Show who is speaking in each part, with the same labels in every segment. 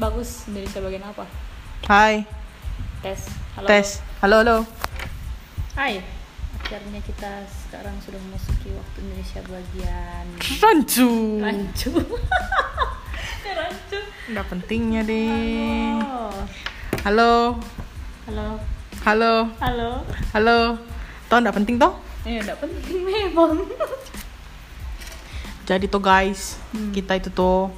Speaker 1: bagus Indonesia bagian apa?
Speaker 2: Hai,
Speaker 1: Tes. Halo.
Speaker 2: tes. Halo, halo.
Speaker 1: Hai. Akhirnya kita sekarang sudah memasuki waktu Indonesia bagian
Speaker 2: Rancu.
Speaker 1: rancu. Ya, rancu.
Speaker 2: Nggak pentingnya deh.
Speaker 1: Oh.
Speaker 2: Halo,
Speaker 1: Halo.
Speaker 2: halo,
Speaker 1: Halo.
Speaker 2: halo. Toh nggak penting toh?
Speaker 1: Eh, enggak penting memang.
Speaker 2: Jadi tuh guys, kita itu tuh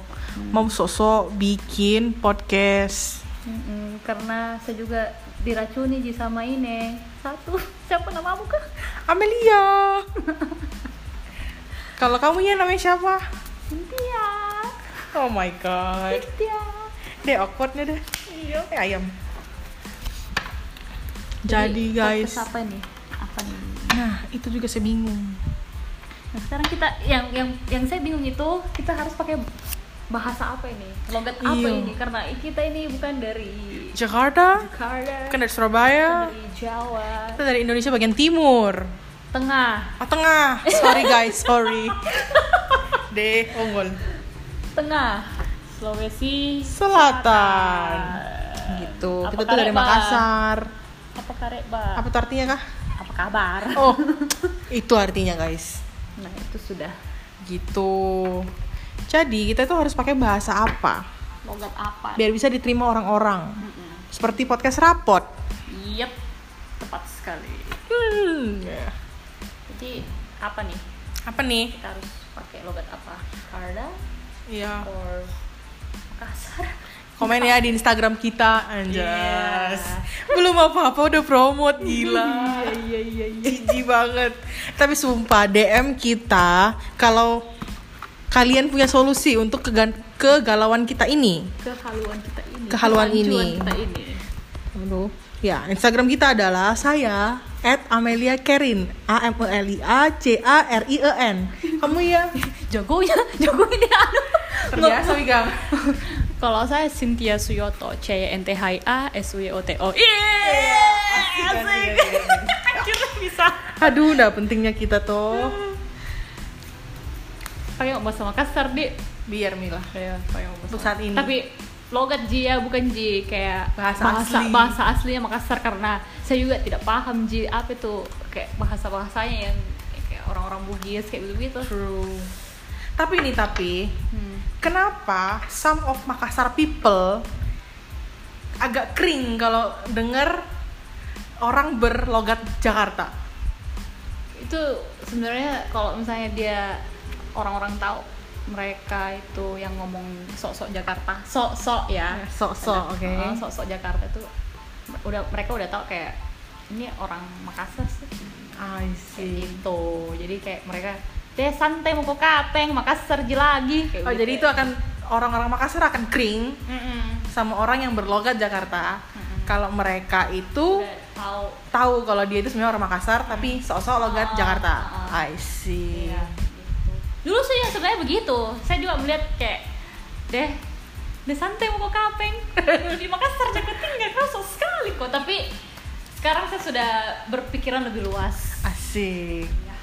Speaker 2: mau sosok bikin podcast.
Speaker 1: Mm-mm, karena saya juga diracuni ji sama ini. Satu. Siapa namamu kah?
Speaker 2: Amelia. Kalau kamu ya namanya siapa?
Speaker 1: Cynthia.
Speaker 2: Oh my god.
Speaker 1: Cynthia.
Speaker 2: Deh awkwardnya deh.
Speaker 1: Iya.
Speaker 2: Eh, ayam. Jadi guys,
Speaker 1: podcast apa nih? Apa nih?
Speaker 2: nah itu juga saya bingung.
Speaker 1: Nah, sekarang kita yang yang yang saya bingung itu kita harus pakai bahasa apa ini? Logat apa
Speaker 2: Iya.
Speaker 1: ini? Karena kita ini bukan dari
Speaker 2: Jakarta,
Speaker 1: Jakarta,
Speaker 2: bukan dari
Speaker 1: bukan
Speaker 2: Surabaya,
Speaker 1: dari Jawa,
Speaker 2: kita dari Indonesia bagian timur.
Speaker 1: Tengah,
Speaker 2: Ah, tengah. Sorry guys, sorry. Deh, unggul.
Speaker 1: Tengah, Sulawesi,
Speaker 2: Selatan. Gitu.
Speaker 1: Apa
Speaker 2: kita tuh dari
Speaker 1: kabar?
Speaker 2: Makassar.
Speaker 1: apa Kareba,
Speaker 2: Apa
Speaker 1: apa,
Speaker 2: tuh artinya kah?
Speaker 1: kabar?
Speaker 2: Oh, itu artinya guys.
Speaker 1: Nah itu sudah
Speaker 2: Gitu. Jadi kita tuh harus pakai bahasa apa
Speaker 1: logat apa?
Speaker 2: biar bisa diterima orang-orang.
Speaker 1: Mm-mm.
Speaker 2: Seperti podcast rapot.
Speaker 1: Yep, tepat sekali.
Speaker 2: Hmm.
Speaker 1: Jadi apa nih?
Speaker 2: Apa nih?
Speaker 1: Kita harus pakai logat apa? Karena
Speaker 2: Iya.
Speaker 1: or Makassar?
Speaker 2: Komen ya di Instagram kita, anjas. Belum apa-apa udah promote gila.
Speaker 1: iya iya iya.
Speaker 2: Jijik banget. Tapi sumpah DM kita kalau kalian punya solusi untuk kegan- kegalauan kita ini.
Speaker 1: kehaluan kita ini
Speaker 2: Kehaluan
Speaker 1: kehancuran
Speaker 2: ini.
Speaker 1: kita ini
Speaker 2: Aduh. Ya, Instagram kita adalah saya @ameliakerin. A M E L I A C A R I E N. Kamu ya?
Speaker 1: jagonya jagonya dia
Speaker 2: Terbiasa, Wigang.
Speaker 1: kalau saya Cynthia Suyoto C Y N T H I A S U Y O T O Iya,
Speaker 2: asik, asik,
Speaker 1: asik
Speaker 2: asik.
Speaker 1: akhirnya bisa
Speaker 2: Aduh, udah pentingnya kita tuh.
Speaker 1: pakai bahasa Makassar di
Speaker 2: Biar Mila.
Speaker 1: kayak pakai bahasa
Speaker 2: Untuk saat ini.
Speaker 1: tapi logat ji ya bukan ji kayak
Speaker 2: Bahasa
Speaker 1: bahasa,
Speaker 2: asli.
Speaker 1: bahasa aslinya Makassar karena saya juga tidak paham ji apa itu kayak bahasa bahasanya yang kayak orang-orang Bugis kayak gitu gitu
Speaker 2: True. Tapi ini tapi
Speaker 1: Hmm.
Speaker 2: kenapa some of Makassar people agak kering kalau denger orang berlogat Jakarta?
Speaker 1: itu sebenarnya kalau misalnya dia orang-orang tahu mereka itu yang ngomong sok-sok Jakarta sok-sok ya
Speaker 2: Ya, sok-sok, oke.
Speaker 1: Heeh, sok-sok Jakarta itu udah mereka udah tahu kayak ini orang Makassar sih
Speaker 2: I
Speaker 1: kayak gitu jadi kayak mereka teh santai mau ke kateng Makassar ji lagi kayak
Speaker 2: Oh,
Speaker 1: gitu.
Speaker 2: jadi itu akan orang-orang Makassar akan kering
Speaker 1: Mm-mm.
Speaker 2: sama orang yang berlogat Jakarta. Kalau mereka itu
Speaker 1: Udah tahu
Speaker 2: tahu kalau dia itu sebenarnya orang Makassar tapi sok-sok logat
Speaker 1: Ah,
Speaker 2: Jakarta.
Speaker 1: ah.
Speaker 2: I see.
Speaker 1: Iya, gitu. Dulu sih yang sebenarnya begitu. Saya juga melihat kayak deh deh santai mau ke kapeng di Makassar Jakarta nggak kerasa sekali kok tapi sekarang saya sudah berpikiran lebih luas
Speaker 2: Asik.
Speaker 1: Iya.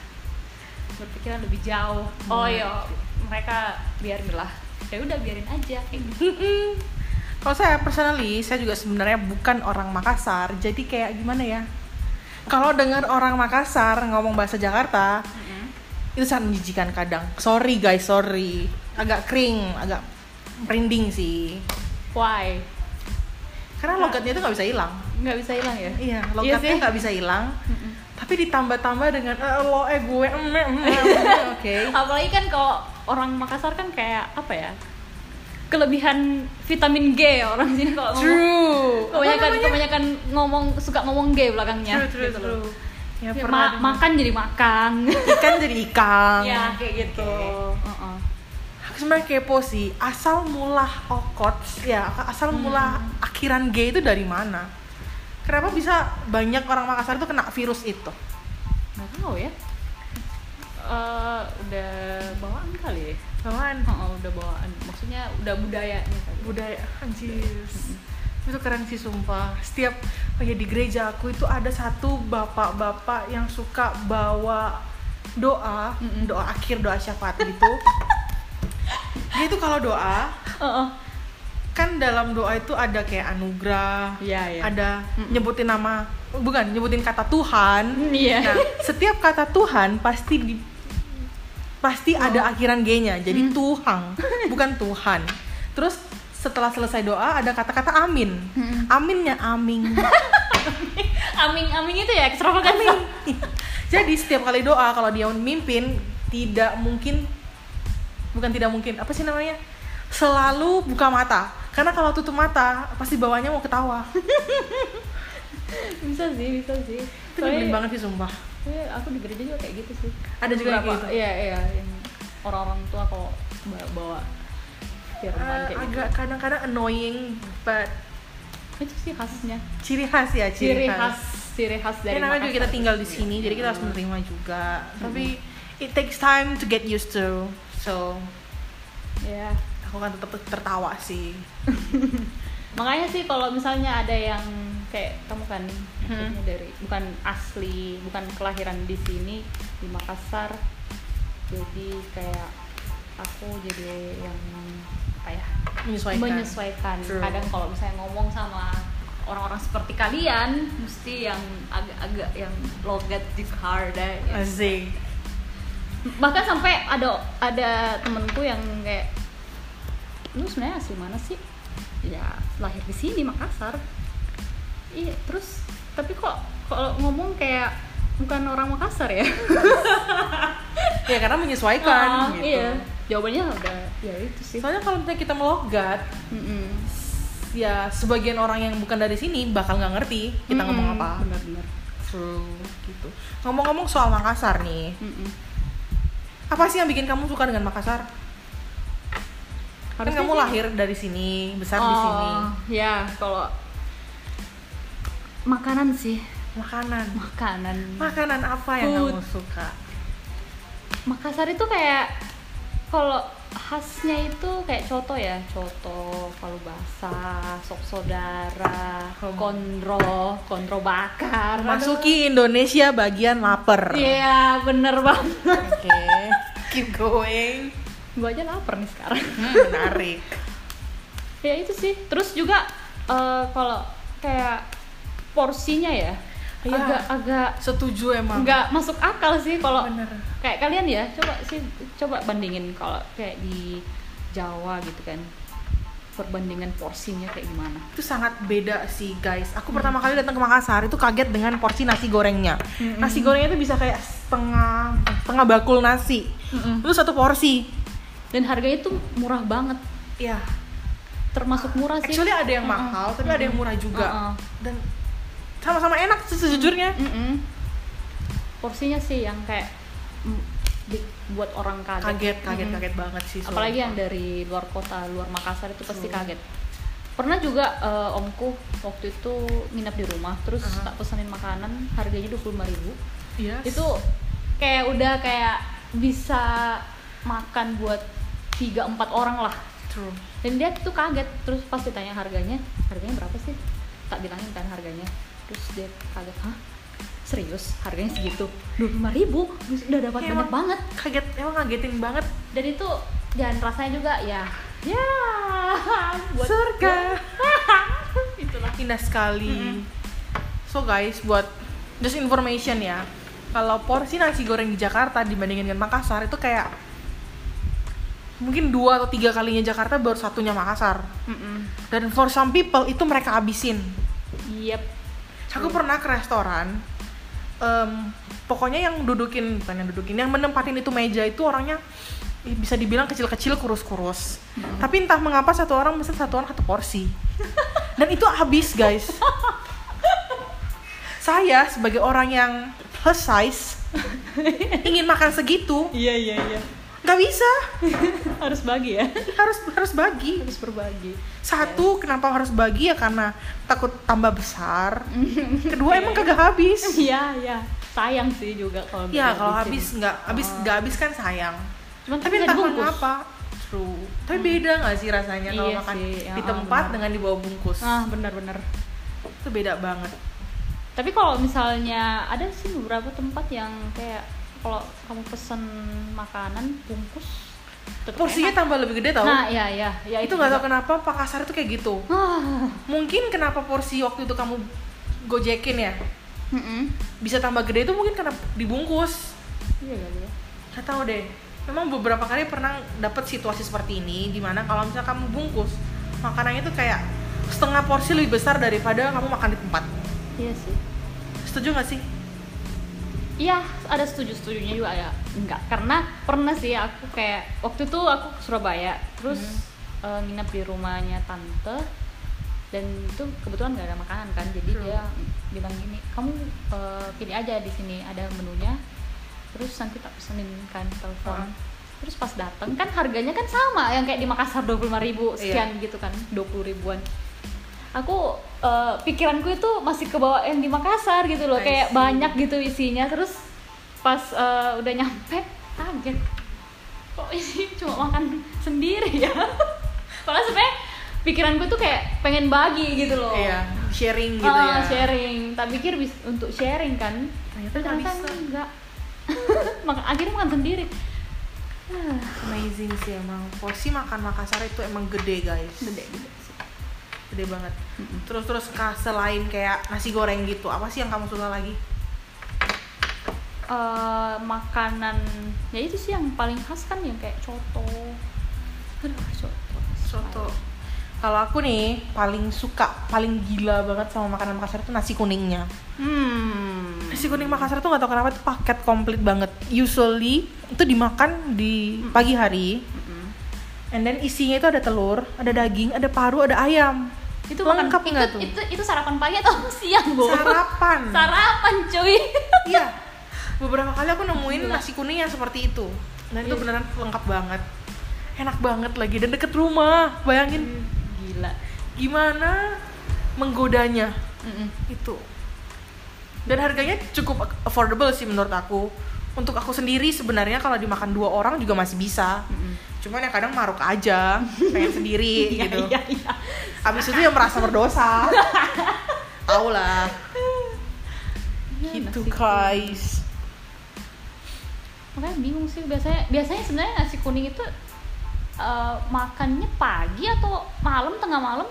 Speaker 1: berpikiran lebih jauh oh iya mereka biarinlah ya udah biarin aja kayak gitu
Speaker 2: Kalau saya personally, saya juga sebenarnya bukan orang Makassar. Jadi kayak gimana ya? Kalau dengar orang Makassar ngomong bahasa Jakarta, itu sangat menjijikan kadang. Sorry guys, sorry. Agak kering, agak merinding sih.
Speaker 1: why
Speaker 2: Karena logatnya itu nggak bisa hilang.
Speaker 1: nggak bisa hilang ya
Speaker 2: Iya,
Speaker 1: sih.
Speaker 2: logatnya nggak bisa hilang.
Speaker 1: Mm-mm.
Speaker 2: Tapi ditambah-tambah dengan "Eh, lo eh gue em, em, em." mm." oke.
Speaker 1: apalagi kan kalau orang Makassar kan kayak apa ya kelebihan vitamin G ya orang sini kalau ngomong
Speaker 2: True.
Speaker 1: kebanyakan
Speaker 2: Apa namanya?
Speaker 1: kebanyakan ngomong suka ngomong gay belakangnya
Speaker 2: True, true,
Speaker 1: kan, gitu loh.
Speaker 2: true. Ya,
Speaker 1: Ya,
Speaker 2: pernah
Speaker 1: ma-
Speaker 2: dengar.
Speaker 1: makan jadi makan
Speaker 2: ikan jadi ikan.
Speaker 1: ya kayak gitu Heeh.
Speaker 2: Aku sebenarnya kepo sih asal mula okot ya asal mula akhiran G itu dari mana kenapa bisa banyak orang Makassar itu kena virus itu
Speaker 1: nggak tahu ya Eh, udah bawaan kali ya
Speaker 2: Bawaan
Speaker 1: Heeh, udah bawaan maksudnya udah budayanya kali
Speaker 2: budaya anjir itu keren sih sumpah setiap kayak di gereja aku itu ada satu bapak-bapak yang suka bawa doa
Speaker 1: Mm-mm.
Speaker 2: doa akhir doa syafaat gitu dia itu kalau doa
Speaker 1: Heeh.
Speaker 2: kan dalam doa itu ada kayak anugerah,
Speaker 1: Iya, iya.
Speaker 2: ada
Speaker 1: Mm-mm.
Speaker 2: nyebutin nama, bukan nyebutin kata Tuhan.
Speaker 1: Hmm, Iya.
Speaker 2: Nah, setiap kata Tuhan pasti di, pasti
Speaker 1: Oh.
Speaker 2: ada akhiran g-nya,
Speaker 1: Mm.
Speaker 2: jadi Tuhang, bukan Tuhan. Terus setelah selesai doa ada kata-kata amin.
Speaker 1: Mm-mm.
Speaker 2: Aminnya aming.
Speaker 1: Aming aming itu ya
Speaker 2: Aming.
Speaker 1: extravaganza.
Speaker 2: Jadi setiap kali doa kalau dia mimpin tidak mungkin bukan tidak mungkin apa sih namanya selalu buka mata karena kalau tutup mata pasti bawahnya mau ketawa
Speaker 1: Bisa sih, bisa sih.
Speaker 2: itu nyebelin banget sih sumpah
Speaker 1: Iya, aku di gereja juga kayak gitu sih.
Speaker 2: Ada juga yang
Speaker 1: Beberapa-
Speaker 2: kayak gitu?
Speaker 1: Iya, iya, yang orang-orang tua kalau bawa, bawa firman
Speaker 2: Eh,
Speaker 1: kayak
Speaker 2: agak
Speaker 1: gitu.
Speaker 2: kadang-kadang annoying but
Speaker 1: Itu sih khasnya.
Speaker 2: ciri khas ya
Speaker 1: Ciri khas, ciri khas dari
Speaker 2: Ya, namanya juga kita
Speaker 1: Makassar.
Speaker 2: tinggal di sini jadi kita harus
Speaker 1: Hmm.
Speaker 2: menerima juga tapi it takes time to get used to so
Speaker 1: Iya.
Speaker 2: aku kan tetap tertawa sih
Speaker 1: Makanya sih kalau misalnya ada yang kayak kamu kan
Speaker 2: Hmm.
Speaker 1: maksudnya dari bukan asli, bukan kelahiran di sini di Makassar. Jadi kayak aku jadi yang apa ya?
Speaker 2: menyesuaikan
Speaker 1: menyesuaikan.
Speaker 2: True.
Speaker 1: Kadang kalau misalnya ngomong sama orang-orang seperti kalian, mesti yang agak-agak yang logat di deh.
Speaker 2: Asik.
Speaker 1: Bahkan sampai ada ada temenku yang kayak lu sebenarnya asli mana sih? Ya lahir di sini Makassar. Iya, terus tapi kok kalau ngomong kayak bukan orang Makassar ya?
Speaker 2: ya karena menyesuaikan
Speaker 1: Ah,
Speaker 2: gitu.
Speaker 1: Iya. Jawabannya udah ya itu sih.
Speaker 2: Soalnya kalau misalnya kita melogat,
Speaker 1: Mm-mm.
Speaker 2: ya sebagian orang yang bukan dari sini bakal nggak ngerti kita
Speaker 1: Mm-mm.
Speaker 2: ngomong apa.
Speaker 1: Benar-benar.
Speaker 2: True, gitu. Ngomong-ngomong soal Makassar nih,
Speaker 1: Mm-mm.
Speaker 2: apa sih yang bikin kamu suka dengan Makassar? Kan
Speaker 1: Harusnya
Speaker 2: kamu
Speaker 1: sih-
Speaker 2: lahir dari sini, besar di sini.
Speaker 1: Ya, kalau makanan sih,
Speaker 2: Makanan.
Speaker 1: makanan.
Speaker 2: Makanan apa yang
Speaker 1: Food.
Speaker 2: kamu suka?
Speaker 1: Makassar itu kayak kalau khasnya itu kayak coto ya, coto, palu basah, sok saudara,
Speaker 2: Hmm.
Speaker 1: kondro, kondro bakar. Aduh.
Speaker 2: Masuki Indonesia bagian lapar.
Speaker 1: Iya, bener banget.
Speaker 2: Oke. Keep going.
Speaker 1: Gue aja lapar nih sekarang.
Speaker 2: Hmm, menarik.
Speaker 1: ya itu sih. Terus juga eh, kalau kayak porsinya ya,
Speaker 2: Iya.
Speaker 1: agak-agak
Speaker 2: Setuju emang.
Speaker 1: nggak masuk akal sih kalau
Speaker 2: Bener.
Speaker 1: kayak kalian ya coba sih coba bandingin kalau kayak di Jawa gitu kan perbandingan porsinya kayak gimana
Speaker 2: itu sangat beda sih guys. Aku pertama kali datang ke Makassar itu kaget dengan porsi nasi gorengnya.
Speaker 1: Mm-mm.
Speaker 2: Nasi gorengnya itu bisa kayak setengah setengah bakul nasi. Itu satu porsi.
Speaker 1: dan harganya tuh murah banget
Speaker 2: Ya,
Speaker 1: termasuk murah sih
Speaker 2: actually ada yang
Speaker 1: Mm-mm.
Speaker 2: mahal tapi ada yang murah juga.
Speaker 1: Mm-mm.
Speaker 2: Dan sama-sama enak se- sejujurnya.
Speaker 1: Mm-mm. porsinya sih yang kayak mm, di- buat orang kaget
Speaker 2: Kaget, kaget,
Speaker 1: Mm-mm.
Speaker 2: kaget banget sih. so.
Speaker 1: apalagi yang dari luar kota luar Makassar itu pasti kaget pernah juga eh, omku waktu itu nginap di rumah terus
Speaker 2: Aha.
Speaker 1: tak pesanin makanan harganya dua ribu
Speaker 2: Yes.
Speaker 1: itu kayak udah kayak bisa makan buat tiga empat orang lah
Speaker 2: true.
Speaker 1: dan dia tuh kaget terus pas ditanya harganya harganya berapa sih tak bilangin kan harganya terus dia kaget hah serius harganya segitu dua ribu udah dapat
Speaker 2: Kayak
Speaker 1: banyak
Speaker 2: emang-
Speaker 1: banget
Speaker 2: Kaget, emang ngagetin banget.
Speaker 1: dan itu dan rasanya juga ya ya buat
Speaker 2: Surga.
Speaker 1: itulah
Speaker 2: indah sekali. So guys, buat just information ya, kalau porsi nasi goreng di Jakarta dibandingin dengan Makassar itu kayak mungkin dua atau tiga kalinya Jakarta baru satunya Makassar.
Speaker 1: Mm-mm.
Speaker 2: Dan for some people itu mereka abisin.
Speaker 1: yep
Speaker 2: Aku pernah ke restoran, em, pokoknya yang dudukin bukan yang dudukin, yang menempatin itu meja itu orangnya eh, bisa dibilang kecil-kecil kurus-kurus. Tapi entah mengapa satu orang mesen satu orang satu porsi. Dan itu habis guys. Saya sebagai orang yang plus size ingin makan segitu
Speaker 1: iya iya iya
Speaker 2: nggak bisa
Speaker 1: harus bagi ya
Speaker 2: harus harus bagi
Speaker 1: harus berbagi
Speaker 2: satu kenapa harus bagi ya karena takut tambah besar kedua emang kagak habis
Speaker 1: Iya, iya. Sayang sih juga kalau nggak
Speaker 2: Ya kalau
Speaker 1: dihabisin.
Speaker 2: habis nggak habis
Speaker 1: Oh.
Speaker 2: nggak habis kan sayang.
Speaker 1: Cuman
Speaker 2: Tapi
Speaker 1: bisa
Speaker 2: entah
Speaker 1: dibungkus. Hmm.
Speaker 2: kenapa. True. Tapi beda nggak sih rasanya kalau
Speaker 1: Iya
Speaker 2: makan
Speaker 1: sih, ya,
Speaker 2: di tempat
Speaker 1: benar.
Speaker 2: dengan di bawah bungkus.
Speaker 1: Ah, benar-benar.
Speaker 2: Itu beda banget.
Speaker 1: Tapi kalau misalnya ada sih beberapa tempat yang kayak kalau kamu pesen makanan bungkus Tetep
Speaker 2: porsinya
Speaker 1: enak.
Speaker 2: tambah lebih gede tau
Speaker 1: Nah, iya iya, ya
Speaker 2: itu nggak tahu kenapa Makassar itu kayak gitu
Speaker 1: Ah,
Speaker 2: mungkin kenapa porsi waktu itu kamu gojekin ya
Speaker 1: mm-mm.
Speaker 2: bisa tambah gede itu mungkin karena dibungkus
Speaker 1: Iya kali ya.
Speaker 2: nggak tahu deh memang beberapa kali pernah dapat situasi seperti ini dimana kalau misalnya kamu bungkus makanannya tuh kayak setengah porsi lebih besar daripada kamu makan di tempat
Speaker 1: Iya sih.
Speaker 2: setuju nggak sih
Speaker 1: Iya, ada setuju-setujunya juga ya. Enggak, karena pernah sih aku kayak waktu itu aku ke Surabaya, terus eh, nginep di rumahnya tante dan itu kebetulan nggak ada makanan kan, jadi
Speaker 2: Hmm.
Speaker 1: dia bilang gini, kamu eh, pilih aja di sini ada menunya, terus nanti tak pesenin kan telepon.
Speaker 2: Heeh.
Speaker 1: Terus pas datang kan harganya kan sama yang kayak di Makassar 25.000 sekian gitu kan, 20 ribuan. Aku eh, pikiranku itu masih ke bawah yang di Makassar gitu loh,
Speaker 2: I
Speaker 1: kayak
Speaker 2: see.
Speaker 1: banyak gitu isinya terus pas eh, udah nyampe kaget kok ini cuma makan sendiri ya padahal sebenarnya pikiranku tuh kayak pengen bagi gitu loh
Speaker 2: iya sharing gitu
Speaker 1: Ah,
Speaker 2: ya
Speaker 1: sharing tak pikir bis- untuk sharing kan
Speaker 2: Ternyata
Speaker 1: tapi
Speaker 2: nggak
Speaker 1: ternyata
Speaker 2: bisa.
Speaker 1: enggak Maka, akhirnya makan sendiri Ah,
Speaker 2: amazing sih emang porsi makan Makassar itu emang gede guys
Speaker 1: gede gede sih.
Speaker 2: gede banget terus terus ka- selain kayak nasi goreng gitu apa sih yang kamu suka lagi
Speaker 1: Eh, makanan ya itu sih yang paling khas kan yang kayak coto aduh coto
Speaker 2: soto kalau aku nih paling suka paling gila banget sama makanan Makassar itu nasi kuningnya
Speaker 1: hmm
Speaker 2: nasi kuning Makassar tuh nggak tau kenapa itu paket komplit banget usually itu dimakan di pagi hari
Speaker 1: Mm-mm.
Speaker 2: and then isinya itu ada telur ada daging ada paru ada ayam
Speaker 1: itu makan
Speaker 2: lengkap
Speaker 1: itu,
Speaker 2: nggak tuh
Speaker 1: itu itu sarapan pagi atau siang bu
Speaker 2: sarapan
Speaker 1: sarapan cuy
Speaker 2: iya beberapa kali aku nemuin
Speaker 1: Gila.
Speaker 2: nasi kuning yang seperti itu dan itu
Speaker 1: Iya.
Speaker 2: beneran lengkap banget enak banget lagi dan deket rumah bayangin
Speaker 1: gila
Speaker 2: gimana menggodanya
Speaker 1: Mm-mm.
Speaker 2: itu dan harganya cukup affordable sih menurut aku untuk aku sendiri sebenarnya kalau dimakan dua orang juga masih bisa
Speaker 1: Mm-mm.
Speaker 2: cuman ya kadang maruk aja pengen sendiri
Speaker 1: Iya,
Speaker 2: gitu
Speaker 1: iya, iya.
Speaker 2: abis itu ya merasa berdosa tau lah
Speaker 1: Iya,
Speaker 2: gitu
Speaker 1: nasi
Speaker 2: guys
Speaker 1: kuning. makanya bingung sih biasanya biasanya sebenarnya nasi kuning itu eh, makannya pagi atau malam tengah malam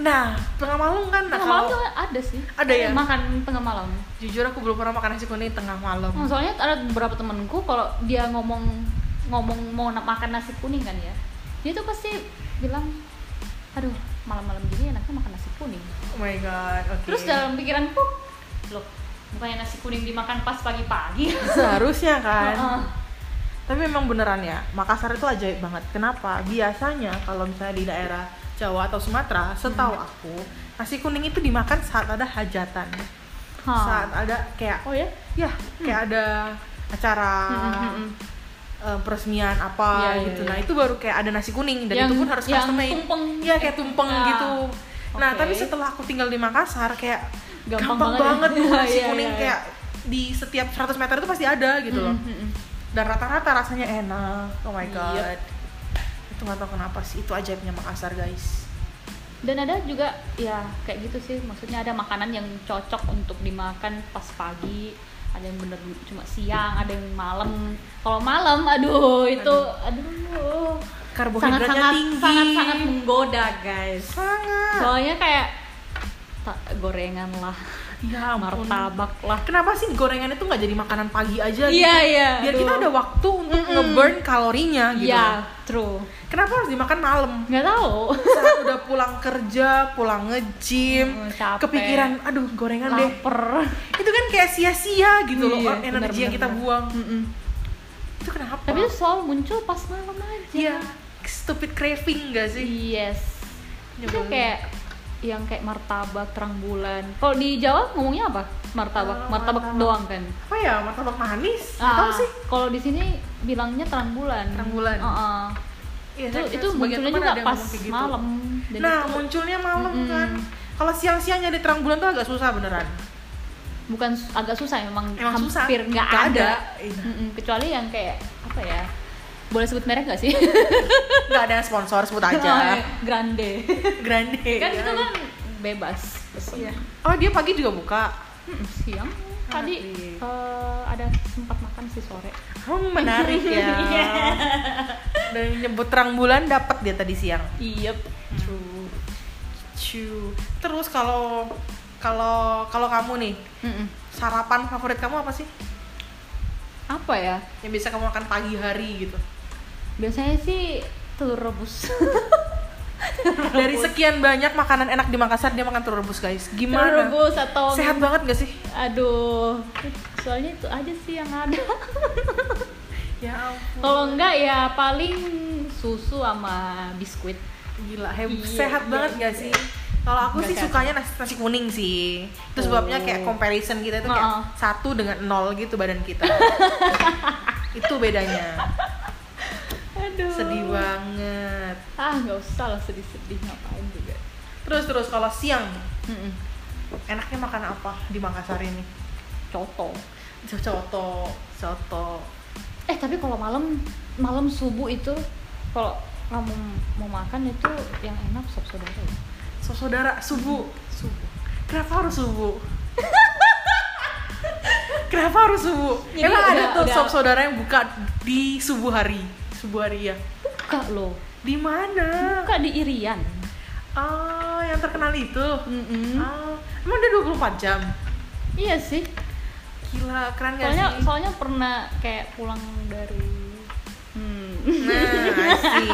Speaker 2: nah tengah malam kan nah
Speaker 1: tengah malam
Speaker 2: kalau
Speaker 1: juga ada sih Eh,
Speaker 2: Ada ya?
Speaker 1: makan tengah malam
Speaker 2: jujur aku belum pernah makan nasi kuning tengah malam
Speaker 1: Hmm, soalnya ada beberapa temenku kalau dia ngomong ngomong mau na- makan nasi kuning kan ya dia tuh pasti bilang aduh malam-malam gini enaknya makan nasi kuning
Speaker 2: oh my god oke
Speaker 1: Terus dalam pikiranku, loh, bukannya nasi kuning dimakan pas pagi-pagi?
Speaker 2: seharusnya kan
Speaker 1: Heeh.
Speaker 2: Tapi memang beneran ya, Makassar itu ajaib banget. Kenapa? Biasanya kalau misalnya di daerah Jawa atau Sumatera, setahu
Speaker 1: Hmm.
Speaker 2: aku, nasi kuning itu dimakan saat ada hajatan.
Speaker 1: Hah.
Speaker 2: Saat ada kayak
Speaker 1: Oh ya?
Speaker 2: ya, kayak ada acara
Speaker 1: Hmm,
Speaker 2: Ah.
Speaker 1: hmm, hmm.
Speaker 2: eh, peresmian apa
Speaker 1: Iya, iya,
Speaker 2: gitu.
Speaker 1: iya.
Speaker 2: Nah, itu baru kayak ada nasi kuning dan
Speaker 1: Yang-
Speaker 2: itu pun harus
Speaker 1: yang
Speaker 2: custom made.
Speaker 1: tumpeng.
Speaker 2: Iya, kayak tumpeng
Speaker 1: Ah,
Speaker 2: gitu. Nah,
Speaker 1: oke.
Speaker 2: tapi setelah aku tinggal di Makassar kayak gampang,
Speaker 1: Gampang banget
Speaker 2: banget,
Speaker 1: ya.
Speaker 2: tuh
Speaker 1: Iya,
Speaker 2: nasi
Speaker 1: iya,
Speaker 2: kuning
Speaker 1: iya.
Speaker 2: kayak di setiap 100 meter itu pasti ada gitu loh
Speaker 1: Mm, mm, mm.
Speaker 2: dan rata-rata rasanya enak oh my
Speaker 1: Iya.
Speaker 2: god itu nggak tahu kenapa sih itu ajaibnya Makassar guys
Speaker 1: Dan ada juga ya kayak gitu sih, maksudnya ada makanan yang cocok untuk dimakan pas pagi, ada yang bener cuma siang, ada yang malam. Kalau malam, aduh itu, aduh,
Speaker 2: karbohidratnya
Speaker 1: sangat-sangat
Speaker 2: tinggi Ah.
Speaker 1: sangat-sangat menggoda guys.
Speaker 2: sangat
Speaker 1: Soalnya kayak ta- gorengan lah,
Speaker 2: ya ampun
Speaker 1: martabak lah.
Speaker 2: kenapa sih gorengan itu nggak jadi makanan pagi aja gitu?
Speaker 1: Iya, iya,
Speaker 2: biar kita
Speaker 1: aduh.
Speaker 2: ada waktu untuk
Speaker 1: Mm-mm.
Speaker 2: ngeburn kalorinya gitu
Speaker 1: Iya, true.
Speaker 2: kenapa harus dimakan malam
Speaker 1: Nggak tahu.
Speaker 2: saat udah pulang kerja pulang
Speaker 1: Mm,
Speaker 2: nge-gym
Speaker 1: capek.
Speaker 2: kepikiran aduh gorengan deh
Speaker 1: Laper.
Speaker 2: itu kan kayak sia-sia gitu loh
Speaker 1: Iya,
Speaker 2: energi
Speaker 1: benar-benar.
Speaker 2: yang kita buang
Speaker 1: Mm-mm.
Speaker 2: itu kenapa
Speaker 1: Tapi itu selalu muncul pas malam aja.
Speaker 2: Iya, stupid craving gak sih?
Speaker 1: Yes. Iya. Itu
Speaker 2: Nyebelin.
Speaker 1: kayak yang kayak martabak terang bulan. Kalau di Jawa ngomongnya apa? Martabak,
Speaker 2: Oh,
Speaker 1: martabak
Speaker 2: martabak.
Speaker 1: doang kan.
Speaker 2: Apa ya, martabak manis? Nggak
Speaker 1: Ah,
Speaker 2: tahu sih.
Speaker 1: Kalau di sini bilangnya terang bulan.
Speaker 2: Terang bulan.
Speaker 1: Heeh.
Speaker 2: Iya,
Speaker 1: Itu
Speaker 2: saya kira
Speaker 1: itu
Speaker 2: sebagian
Speaker 1: munculnya
Speaker 2: teman
Speaker 1: juga
Speaker 2: ada yang
Speaker 1: pas
Speaker 2: ngomong kayak gitu.
Speaker 1: malam. Dan
Speaker 2: Nah,
Speaker 1: itu
Speaker 2: munculnya malam
Speaker 1: Mm-mm.
Speaker 2: kan. Kalau siang-siangnya di terang bulan tuh agak susah beneran.
Speaker 1: bukan su- agak susah memang,
Speaker 2: Emang susah.
Speaker 1: hampir nggak
Speaker 2: Nggak ada.
Speaker 1: ada.
Speaker 2: Iya.
Speaker 1: Mm-mm, kecuali yang kayak apa ya? Boleh sebut merek nggak sih?
Speaker 2: Gak ada yang sponsor, sebut aja.
Speaker 1: Grande.
Speaker 2: Grande.
Speaker 1: Oh, iya. kan
Speaker 2: ya.
Speaker 1: itu kan bebas pesen.
Speaker 2: Iya. Oh, dia pagi juga buka.
Speaker 1: Mm, siang tadi
Speaker 2: Ngerti.
Speaker 1: eh, ada sempat makan sih sore
Speaker 2: Hmm, menarik ya. dari nyebut terang bulan dapat dia tadi siang
Speaker 1: Iya, true.
Speaker 2: Ciu. terus kalau kalau kalau kamu nih
Speaker 1: Mm-mm.
Speaker 2: sarapan favorit kamu apa sih
Speaker 1: Apa ya?
Speaker 2: yang bisa kamu makan pagi hari gitu
Speaker 1: Biasanya sih telur rebus.
Speaker 2: dari sekian banyak makanan enak di Makassar dia makan telur rebus guys
Speaker 1: telur
Speaker 2: gimana
Speaker 1: rebus atau
Speaker 2: sehat banget gak sih
Speaker 1: aduh. Soalnya itu aja sih yang ada.
Speaker 2: ya ampun
Speaker 1: Kalau enggak ya paling susu sama biskuit.
Speaker 2: gila hebat
Speaker 1: Iya,
Speaker 2: sehat
Speaker 1: iya,
Speaker 2: banget gak
Speaker 1: iya.
Speaker 2: sih kalau aku
Speaker 1: Nggak
Speaker 2: sih
Speaker 1: sehat.
Speaker 2: sukanya nasi, nasi kuning sih
Speaker 1: Oh.
Speaker 2: terus sebabnya kayak comparison kita itu kayak
Speaker 1: Heeh.
Speaker 2: satu dengan nol gitu badan kita itu bedanya
Speaker 1: Aduh.
Speaker 2: sedih banget
Speaker 1: Ah, nggak usah lah sedih-sedih ngapain juga.
Speaker 2: terus terus kalau siang
Speaker 1: Mm-mm.
Speaker 2: enaknya makan apa di Makassar ini
Speaker 1: Coto.
Speaker 2: coto coto
Speaker 1: Eh, tapi kalau malam malam subuh itu kalau kamu mau makan itu yang enak sop saudara. ya.
Speaker 2: so saudara subuh
Speaker 1: Subuh.
Speaker 2: kenapa harus subuh kenapa harus subuh
Speaker 1: Jadi
Speaker 2: emang ada
Speaker 1: udah-
Speaker 2: tuh
Speaker 1: udah-
Speaker 2: sop saudara yang buka di subuh hari subuh hari ya
Speaker 1: Buka loh.
Speaker 2: di mana
Speaker 1: Buka di Irian.
Speaker 2: ah yang terkenal itu
Speaker 1: Mm-mm.
Speaker 2: ah emang dia 24 jam
Speaker 1: Iya sih.
Speaker 2: gila keren gak
Speaker 1: Soalnya
Speaker 2: Iya sih
Speaker 1: soalnya pernah kayak pulang dari hmm,
Speaker 2: nah sih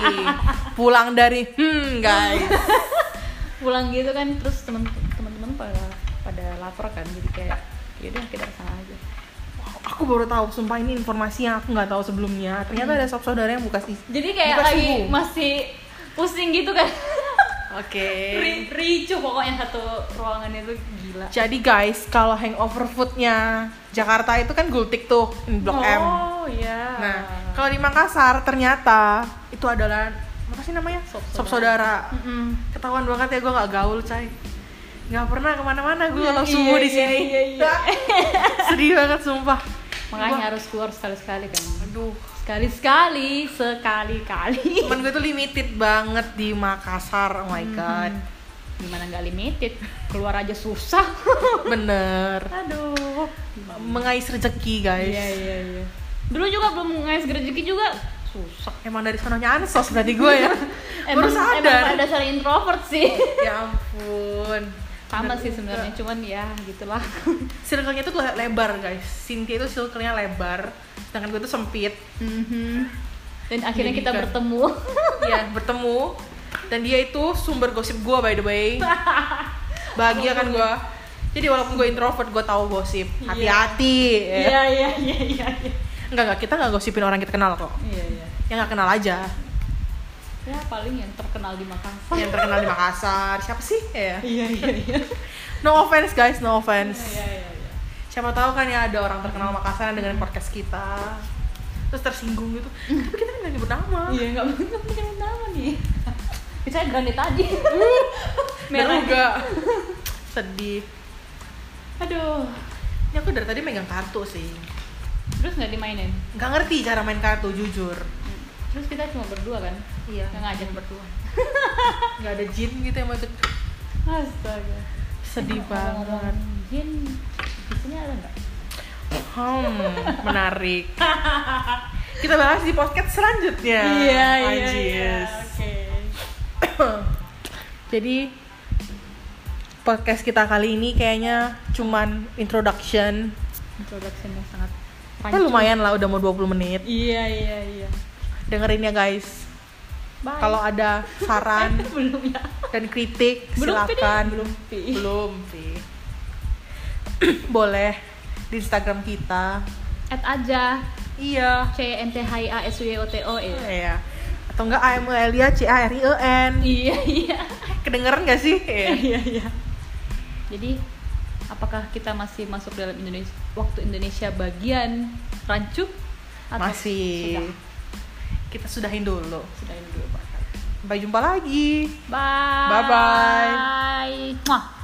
Speaker 2: pulang dari hmm guys
Speaker 1: pulang gitu kan terus temen teman-teman pada pada lapar kan jadi kayak yaudah kita kesana aja.
Speaker 2: aku baru tahu sumpah ini informasi yang aku nggak tahu sebelumnya ternyata ada sop saudara yang buka sih
Speaker 1: Jadi kayak
Speaker 2: Buka
Speaker 1: lagi
Speaker 2: subuh.
Speaker 1: masih pusing gitu kan.
Speaker 2: oke
Speaker 1: Ri- Ricu pokoknya satu ruangan itu gila.
Speaker 2: jadi guys kalau hangover foodnya Jakarta itu kan gultik tuh di blok M
Speaker 1: Oh iya.
Speaker 2: nah kalau di Makassar ternyata itu adalah apa sih namanya
Speaker 1: Sop
Speaker 2: sop saudara
Speaker 1: Mm-mm.
Speaker 2: ketahuan banget ya gue nggak gaul cai nggak pernah kemana-mana gue kalau
Speaker 1: Iya,
Speaker 2: subuh di
Speaker 1: iya,
Speaker 2: sini
Speaker 1: iya, iya.
Speaker 2: sedih banget sumpah
Speaker 1: Makanya
Speaker 2: Gua-
Speaker 1: harus keluar sekali-sekali kan.
Speaker 2: aduh
Speaker 1: Sekali-sekali, sekali-kali.
Speaker 2: temen gue tuh limited banget di Makassar oh my god
Speaker 1: Gimana nggak limited? Keluar aja susah. Hmm.
Speaker 2: bener
Speaker 1: Aduh.
Speaker 2: mengais rezeki guys
Speaker 1: Iya iya iya. Dulu juga belum ngais rezeki juga susah.
Speaker 2: emang dari sononya ansos berarti gue ya baru
Speaker 1: emang
Speaker 2: sadar
Speaker 1: pada dasar introvert sih.
Speaker 2: ya ampun
Speaker 1: Sama sih sebenarnya, cuman ya gitulah.
Speaker 2: circle-nya tuh le- lebar guys Cynthia itu circle-nya lebar sedangkan gue tuh sempit
Speaker 1: Mhm. kan. Dan akhirnya kita
Speaker 2: Pendidikan.
Speaker 1: bertemu.
Speaker 2: ya bertemu dan dia itu sumber gosip gue by the way bahagia kan gue jadi walaupun gue introvert gue tahu gosip
Speaker 1: Iya.
Speaker 2: hati-hati ya.
Speaker 1: iya iya iya. iya.
Speaker 2: enggak enggak kita nggak gosipin orang kita kenal kok
Speaker 1: Iya iya.
Speaker 2: yang nggak kenal aja
Speaker 1: Ya paling yang terkenal di Makassar.
Speaker 2: yang terkenal di Makassar siapa sih ya
Speaker 1: Iya iya iya.
Speaker 2: no offense guys no offense
Speaker 1: Iya iya iya.
Speaker 2: siapa tahu kan ya ada orang terkenal Makassar dengan podcast kita terus tersinggung gitu tapi kita nggak nyebut nama
Speaker 1: Hmm. Iya nggak nggak punya nama nih. Bisa grande tadi.
Speaker 2: merah enggak sedih
Speaker 1: Aduh.
Speaker 2: ini aku dari tadi megang kartu sih
Speaker 1: Terus nggak dimainin.
Speaker 2: nggak ngerti cara main kartu jujur
Speaker 1: Terus kita cuma berdua kan?
Speaker 2: iya
Speaker 1: Nggak ngajak berdua.
Speaker 2: nggak ada jin gitu yang mau ikut
Speaker 1: Astaga.
Speaker 2: sedih banget
Speaker 1: Mungkin di sini ada nggak?
Speaker 2: hmm menarik kita bahas di podcast selanjutnya Anjis.
Speaker 1: Iya, Oke.
Speaker 2: jadi podcast kita kali ini kayaknya cuman introduction
Speaker 1: Introduction yang sangat
Speaker 2: Ya lumayan lah udah mau 20 menit.
Speaker 1: Iya iya iya.
Speaker 2: Dengerin ya guys.
Speaker 1: Bye.
Speaker 2: Kalau ada saran
Speaker 1: belum ya.
Speaker 2: dan kritik
Speaker 1: Belum, Pi,
Speaker 2: silakan.
Speaker 1: deh. Belum, Pi.
Speaker 2: Belum, Pi. Boleh di Instagram kita.
Speaker 1: Add aja
Speaker 2: Iya.
Speaker 1: C N T H I A S W O T O ya.
Speaker 2: Iya. Atau enggak I'm Elia C A R I E N.
Speaker 1: Iya iya.
Speaker 2: Kedengeran gak sih? Iya.
Speaker 1: Iya iya. Jadi apakah kita masih masuk dalam Indonesia waktu Indonesia bagian rancu? Atau
Speaker 2: Masih.
Speaker 1: Sudah.
Speaker 2: Kita sudahin dulu.
Speaker 1: Sudahin dulu Pak.
Speaker 2: Sampai jumpa lagi.
Speaker 1: Bye.
Speaker 2: Bye-bye.
Speaker 1: Mwah.